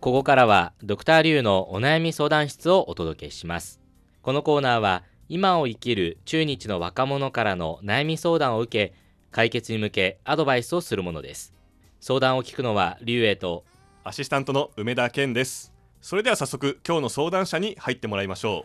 ここからはドクターリュウのお悩み相談室をお届けしますこのコーナーは今を生きる中日の若者からの悩み相談を受け解決に向けアドバイスをするものです相談を聞くのはリュウエイとアシスタントの梅田健ですそれでは早速今日の相談者に入ってもらいましょ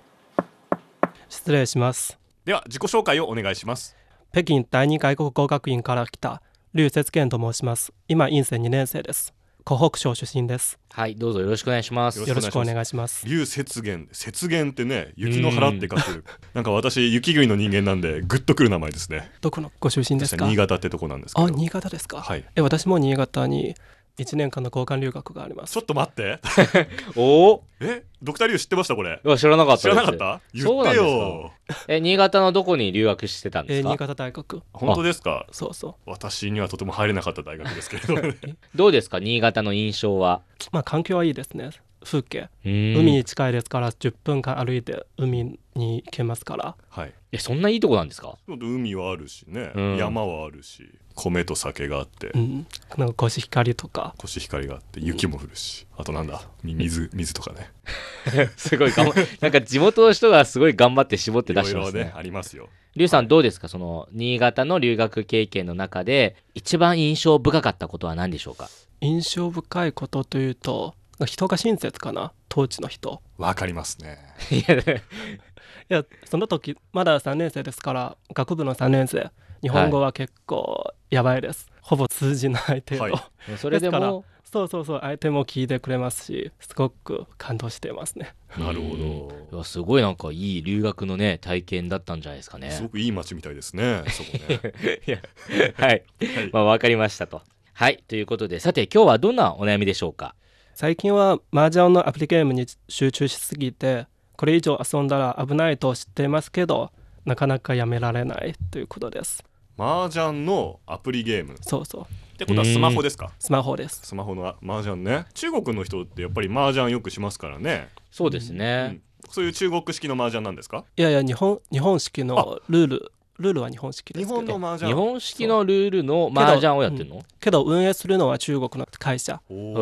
失礼しますうでは自己紹介をお願いします北京第二外国語学院から来た劉節健と申します今院生2年生です湖北省出身ですはいどうぞよろしくお願いしますよよろろししくくおお願願いします龍雪原雪原ってね雪の原って書くなんか私雪国の人間なんでグッとくる名前ですねどこのご出身です確かかに新潟ってとこなんですけあど新潟ですか、はいえ私も新潟に1年間の交換留学がありまちすょっと待っておえドクター龍知ってましたこれお知らなかった知らなかった言そうっなんてですかよえ新潟のどこに留学してたんでえすか、ー新潟大学本当ですかそうそう私にはとても入れなかった大学ですけれどもね どうですか新潟の印象はまあ環境はいいですね風景海海に近いですから10分間歩いて海に行けますからはいえそんないいとこなんですか海はあるしね、うん山はあるし米と酒があって、うんなんかコシヒカリとかコシヒカリがあって雪も降るしあとなんだみ水水とかねすごい頑張 なんか地元の人がすごい頑張って絞ってい出ろしいてまろすね。ねありますよリュウさんどうですかその新潟の留学経験の中で一番印象深かったことは何でしょうか 印象深いことというと人が親切かな当時の人わかりますねいやでいやその時まだ3年生ですから学部の3年生日本語は結構やばいです、ほぼ通じない程度、はいもそれでですもそうそうそう相手も聞いてくれますしすごく感動していますねなるほいどやすごいなんかいい留学のね体験だったんじゃないですかねすごくいい街みたいですねそこねいやはいはいまあ分かりましたとはいということでさて今日はどんなお悩みでしょうか最近は麻雀のアプリゲームに集中しすぎてこれ以上遊んだら危ないと知っていますけどなかなかやめられないということです麻雀のアプリゲームっそうそうてことはスマホですかスマホですスマホの麻雀ね中国の人ってやっぱり麻雀よくしますからね、そうですうねん、そういう中国式の麻雀なんですかいやいや日本日本式のルールルールは日本式です日けど本の麻雀日本式のルールの麻雀をやってるのけど運営するのは中国の会社おへー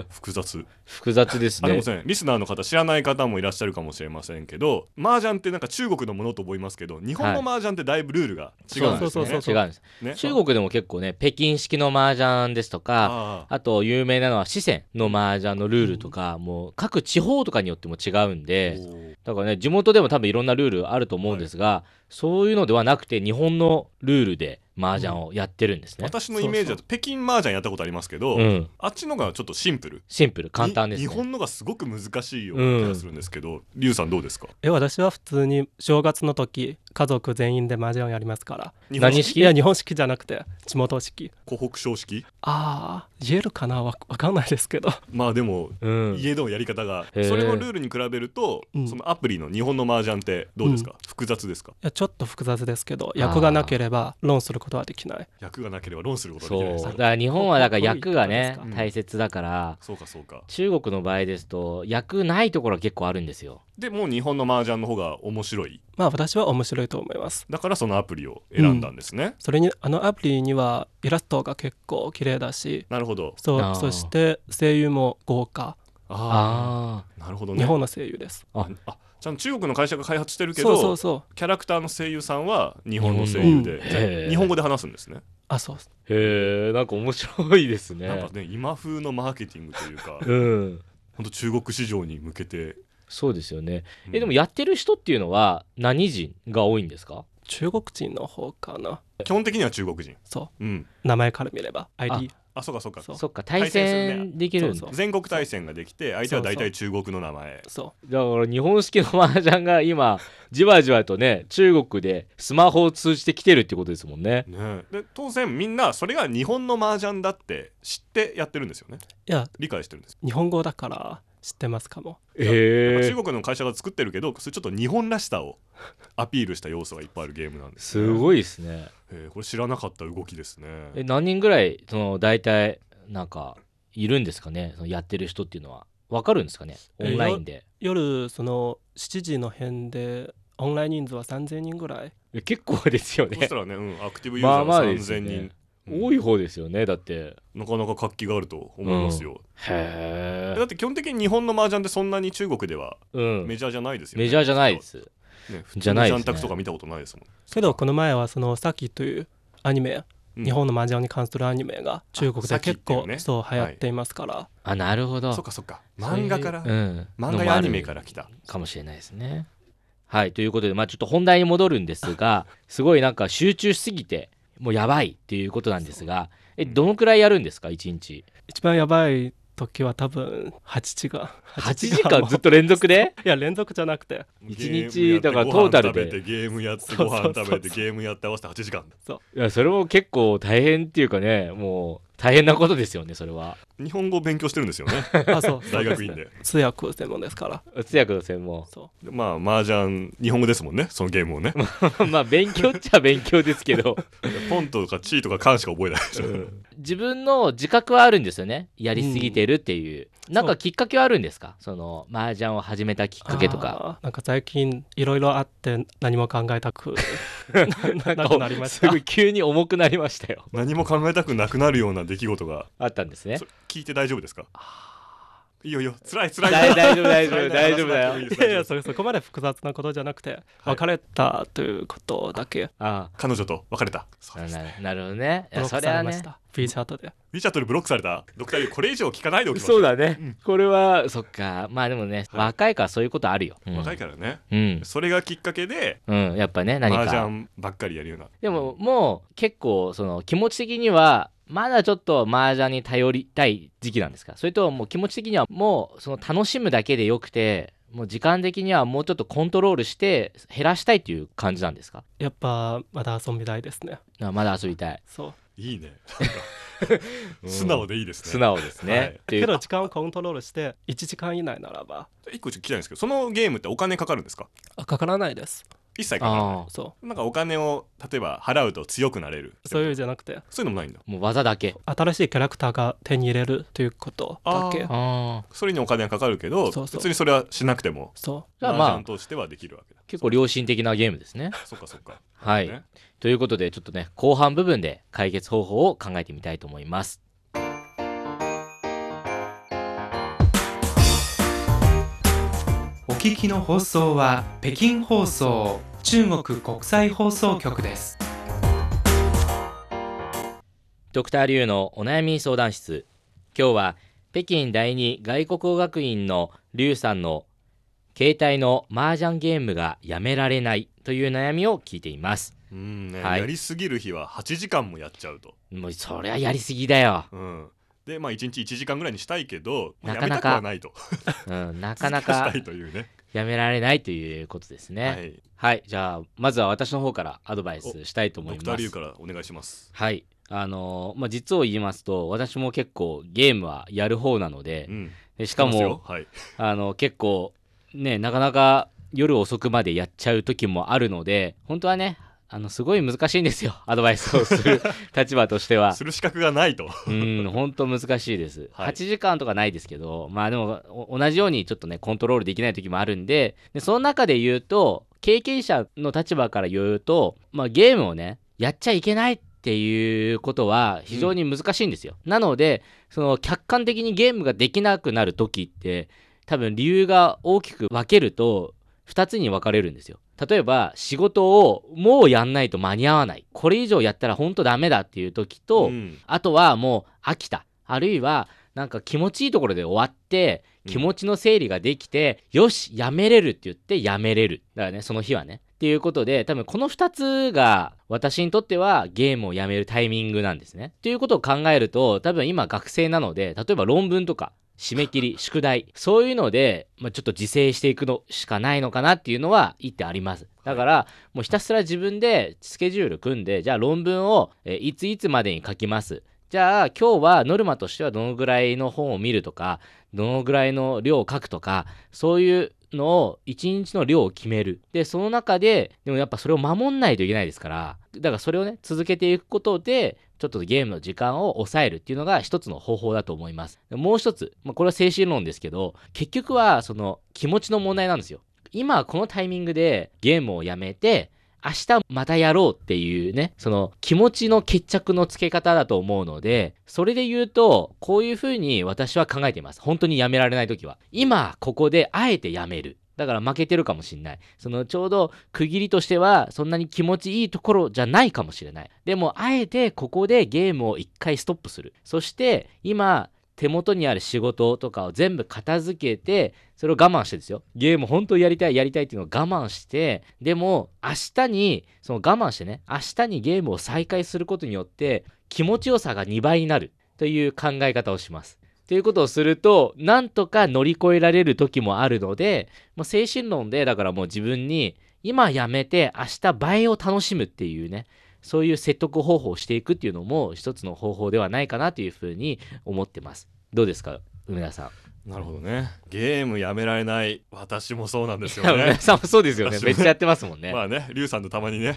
ー複雑複雑ですあでもねですねリスナーの方知らない方もいらっしゃるかもしれませんけど麻雀ってなんか中国のものと思いますけど日本の麻雀ってだいぶルールが違うんですそうそうねそう違うんですね中国でも結構ね北京式の麻雀ですとかあああと有名なのは四川の麻雀のルールとか、もう各地方とかによっても違うんでだからね地元でも多分いろんなルールあると思うんですが、そういうのではなくて日本のルールで麻雀をやってるんですね、私のイメージだと北京麻雀やったことありますけど、うんあっちのがちょっとシンプルシンプル簡単ですいね日本のがすごく難しいような気がするんですけど、リュウさんどうですかえ私は普通に正月の時家族全員で麻雀をやりますから日本何式式いや日本式じゃなくて地元式湖北省式あー言えるかなわわかんないですけど まあでもうん家のやり方が、へーそれのルールに比べると、うんそのアプリの日本の麻雀ってどうですか、複雑ですかいやちょっと複雑ですけど役がなければ論することはできない役がなければ論することがそでうきないですだかから日本はだから役がこねここいいってことですか大切だからそうかそうか中国の場合ですと役ないところは結構あるんですよでもう日本の麻雀の方が面白いまあ私は面白いと思いますだからそのアプリを選んだんですね、それにあのアプリにはイラストが結構綺麗だしなるほどそあーうそして声優も豪華あああなるほどね日本の声優ですああちゃんと中国の会社が開発してるけそどうそうそうキャラクターの声優さんは日本の声優で、日本のへー日本語で話すんですね、あそうあへえんか面白いですねなんかね今風のマーケティングという かうん本当中国市場に向けて、そうですよね。うんえ、でもやってる人っていうのは何人が多いんですか中国人の方かな基本的には中国人そうんう名前から見れば ID あそうかそうかそうそっか、対戦できるんだ。そう全国対戦ができて相手は大体中国の名前そだから日本式の麻雀が今、じわじわとね、中国でスマホを通じてきてるってことですもんね。ねえで当然みんなそれが日本の麻雀だって知ってやってるんですよねういや理解してるんです日本語だから知ってますかもへ中国の会社が作ってるけどそれちょっと日本らしさをアピールした要素がいっぱいあるゲームなんですね、すごいですね。えーこれ知らなかった動きですねえ、何人ぐらい、その、大体、なんか、いるんですかねそのやってる人っていうのは。わかるんですかねオンラインで。夜その7時の辺でオンライン人数は3000人ぐらいえ結構ですよそしねた。らね、うん、アクティブユーザーまあがまあです3000よ人ねうん 多い方ですよねだってなかなか活気があると思いますよ、へだえって基本的に日本の麻雀ってそんなに中国ではうんメジャーじゃないですよね、メジャーじゃないですね、普じ通ゃのないですジャねンタクとか見たことないですもんけどこの前はその「サキ」というアニメ、うん日本の麻雀に関するアニメが中国であはサキっ結ていう構、ねそう流行っていますから、あなるほどそっかそっか漫画から、そういううん漫画やアニメから来たかもしれないですね。はいということで、まあ、ちょっと本題に戻るんです がすごいなんか集中しすぎてもうやばいっていうことなんですがえどのくらいやるんですか1日一番やばい時は多分8時間8 8時間ずっと連続で いや連続じゃなく て一ゲームやって日だからトータルでご飯食べてゲームやってそごうそう飯そうそう食べてゲームやって合わせて8時間いやそれも結構大変っていうかねもう大変なことですよねそれは日本語を勉強してるんですよね あそう大学院で通訳専門ですから通訳の専門そでまあ麻雀日本語ですもんねそのゲームをね まあ勉強っちゃ勉強ですけ どポンとかチーとかカンしか覚えないでしょ、自分の自覚はあるんですよねやりすぎてるっていう、なんそかうきっかけはあるんですかその麻雀を始めたきっうかけとかあーなんか最近いろいろあって何も考えた くななくなりましすたごい急に重くなりましたよ何も考えたくなくなるような出来事が あったんですねそ聞いて大丈夫ですかいいよいいよ辛い辛い 大大丈夫大丈辛夫い大丈夫だよ辛い辛い辛い辛いいやいやそれそこまで複雑なことじゃなくて別れたということだけあ彼女と別れたあそうなですななるほどねいブロやッそれクさはれましねた B チャートでウィチャットにブロックされたドクターこれ以上聞かないでおきましょそううだね、うんこれはそっかまあでもね、はい若いからそういうことあるよ、うん、若いからねうん、それがきっかけでうん、やっぱね何麻か雀ばっかりやるようなでももう結構その気持ち的にはまだちょっと麻雀に頼りたい時期なんですかそれとももう気持ち的にはもうその楽しむだけでよくてもう時間的にはもうちょっとコントロールして減らしたいっていう感じなんですかやっぱまだ遊びたいですねあまだ遊びたいそうい いねなんか素直でいいですね素直ですね、はいっていけうど時間をコントロールして1時間以内ならば一個ちょっと聞きたいんですけどそのゲームってお金かかるんですかあかからないです一切かかああそるなんかお金を例えば払うと強くなれるうそういううじゃなくてそういうのもないんだもう技だけ新しいキャラクターが手に入れるということだけあああそれにお金がかかるけどそうそう別にそれはしなくてもそじゃあ麻まあ雀としてはできるわけだ結構良心的なゲームですね。そっかそっかはい、ねということでちょっとね後半部分で解決方法を考えてみたいと思います。お聞きの放送は北京放送中国国際放送局ですドクターリュウのお悩み相談室今日は北京第二外国語学院のリュウさんの携帯の麻雀ゲームがやめられないという悩みを聞いています。うんねはいやりすぎる日は8時間もやっちゃうともうそりゃやりすぎだよ。うんでまあ1日1時間ぐらいにしたいけどまなあやかめなたくかはないとうん、なかなしかたいというねやめられないということですね。ははい、いじゃあまずは私の方からアドバイスしたいと思ドいクターまリュウすか。らお願いしますはい。あのーまあ、実を言いますと、私も結構ゲームはやる方なのでう、んでしか知ってますよも、はいあの、結構、ね、なかなか夜遅くまでやっちゃう時もあるので、本当はね、あの、すごい難しいんですよ。アドバイスをす る立場としては。する資格がないとうん、本当難しいです。はい8時間とかないですけど、まあでも、お同じようにちょっとね、コントロールできない時もあるんで、でその中で言うと、経験者の立場から言うと、まあゲームをね、やっちゃいけないっていうことは非常に難しいんですよ。なので、その客観的にゲームができなくなる時って、多分理由が大きく分けると、2つに分かれるんですよ。例えば、仕事をもうやんないと間に合わない。これ以上やったら本当ダメだっていう時と、うんあとはもう飽きた。あるいは、なんか気持ちいいところで終わって、うん気持ちの整理ができて、よし、やめれるって言って、やめれる。だからね、その日はね。っていうことで、多分この2つが、私にとってはゲームをやめるタイミングなんですね。っていうことを考えると、多分今学生なので、例えば論文とか、締め 切り、宿題、そういうので、まあ、ちょっと自制していくのしかないのかなっていうのは一点あります。だから、もうひたすら自分でスケジュール組んで、じゃあ論文を、えーいついつまでに書きます。じゃあ今日はノルマとしてはどのぐらいの本を見るとか、どのぐらいの量を書くとか、そういうのを1日の量を決める。で、その中で、でもやっぱそれを守んないといけないですから、だからそれをね、続けていくことで、ちょっとゲームの時間を抑えるっていうのが一つの方法だと思います。でもう一つ、まあ、これは精神論ですけど、結局はその気持ちの問題なんですよ。今このタイミングでゲームをやめて明日またやろうっていうね、その気持ちの決着のつけ方だと思うので、それで言うと、こういうふうに私は考えています。本当にやめられない時は。今、ここであえてやめる。だから負けてるかもしんない。そのちょうど区切りとしてはそんなに気持ちいいところじゃないかもしれない。でもあえてここでゲームを一回ストップする。そして今手元にある仕事とかを全部片付けてそれを我慢してですよゲーム本当やりたいやりたいっていうのを我慢してでも明日にその我慢してね明日にゲームを再開することによって気持ちよさが2倍になるという考え方をします。ということをするとなんとか乗り越えられる時もあるのでもう精神論でだからもう自分に今やめて明日倍を楽しむっていうねそういう説得方法をしていくっていうのも一つの方法ではないかなというふうに思ってますどうですか梅田さんなるほどねゲームやめられない私もそうなんですよ いや梅ね田さんもそうですよね私もめっちゃやってますもんね、まあねリュウさんとたま にね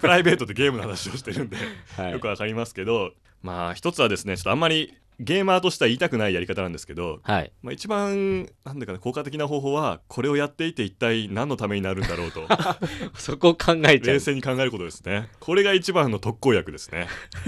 プライベートでゲームの話をしてるんではいよくわかりますけどまあ一つはですねちょっとあんまりゲーマーとしては言いたくないやり方なんですけど、はいまあ、一番なんだかな効果的な方法はこれをやっていて一体何のためになるんだろう とそこを考えちゃう 冷静に考えることですねこれが一番の特効薬ですね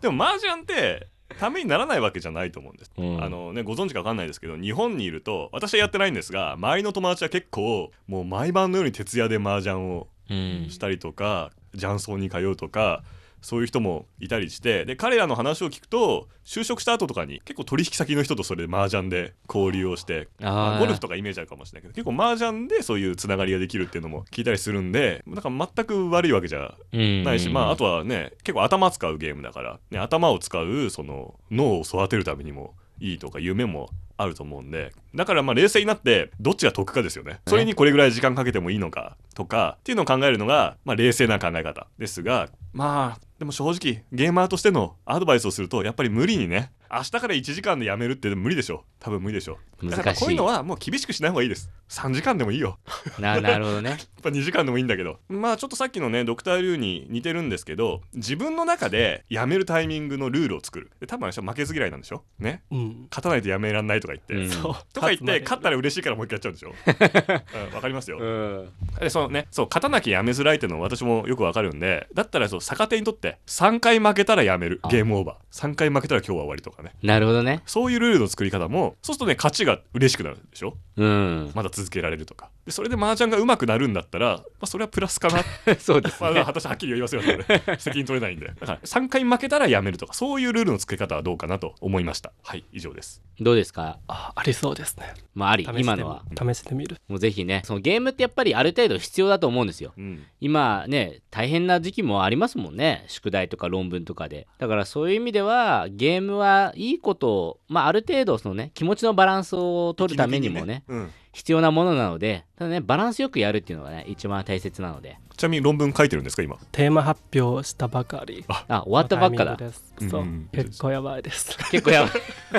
でも麻雀ってためにならないわけじゃないと思うんです、うんあのねご存知かわかんないですけど日本にいると私はやってないんですが周りの友達は結構もう毎晩のように徹夜で麻雀をうんしたりとか雀荘に通うとかそういう人もいたりしてで彼らの話を聞くと就職した後とかに結構取引先の人とそれで麻雀で交流をしてまああーゴルフとかイメージあるかもしれないけど結構麻雀でそういうつながりができるっていうのも聞いたりするんでなんか全く悪いわけじゃうんないし、まあ、あとはね結構頭使うゲームだから、ね、頭を使うその脳を育てるためにもいいとか夢もあると思うんでだからまあ冷静になってどっちが得かですよねそれにこれぐらい時間かけてもいいのかとかっていうのを考えるのが、まあ、冷静な考え方ですがまあでも正直ゲーマーとしてのアドバイスをするとやっぱり無理にね明日から1時間でやめるって無理でしょ多分無理でしょだから難しいこういうのはもう厳しくしない方がいいです3時間でもいいよななるほどねまあ、2時間でもいいんだけどまあちょっとさっきのねドクター・リュウに似てるんですけど自分の中でやめるタイミングのルールを作るで多分私は負けず嫌いなんでしょねうん、勝たないとやめらんないとか言って、うん そうとか言っ勝つまてで勝ったら嬉しいからもう一回やっちゃうんで しょ うんわ、かりますよ、んでそのねそう勝たなきゃやめづらいっていうのは私もよくわかるんでだったらそう逆手にとって3回負けたらやめるあゲームオーバー3回負けたら今日は終わりとかねなるほどねそういうルールの作り方もそうするとね勝ちが嬉しくなるでしょ うんまだ続けられるとかでそれで麻雀が上手くなるんだったら、まあ、それはプラスか なそうですまあ、ね私はっきり言いますよね 俺責任取れないんでだから3回負けたらやめるとかそういうルールの作り方はどうかなと思いましたはい以上ですどうですかあありそうですねまああり試して今のは試してみるもうぜひねそのゲームってやっぱりある程度必要だと思うんですようん今ね大変な時期もありますもんね宿題とか論文とかでだからそういう意味ではゲームはいいことを、まあ、ある程度そのね気持ちのバランスを取るためにもねうん必要なものなのでただねバランスよくやるっていうのがね一番大切なのでちなみに論文書いてるんですか今テーマ発表をしたばかりあ終わったばっかのだタイミングですうんそう、うん結構やばいです結構や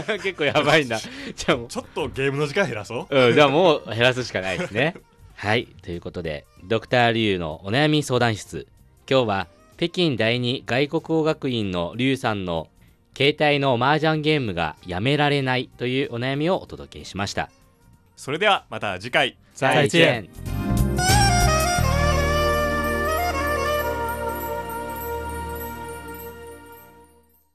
ばい 結構やばいんだじゃあもうちょっとゲームの時間減らそううん、じゃあもう減らすしかないですね。はい、ということで、ドクターリュウのお悩み相談室。今日は北京第二外国語学院のリュウさんの携帯の麻雀ゲームがやめられないというお悩みをお届けしました。それではまた次回再见。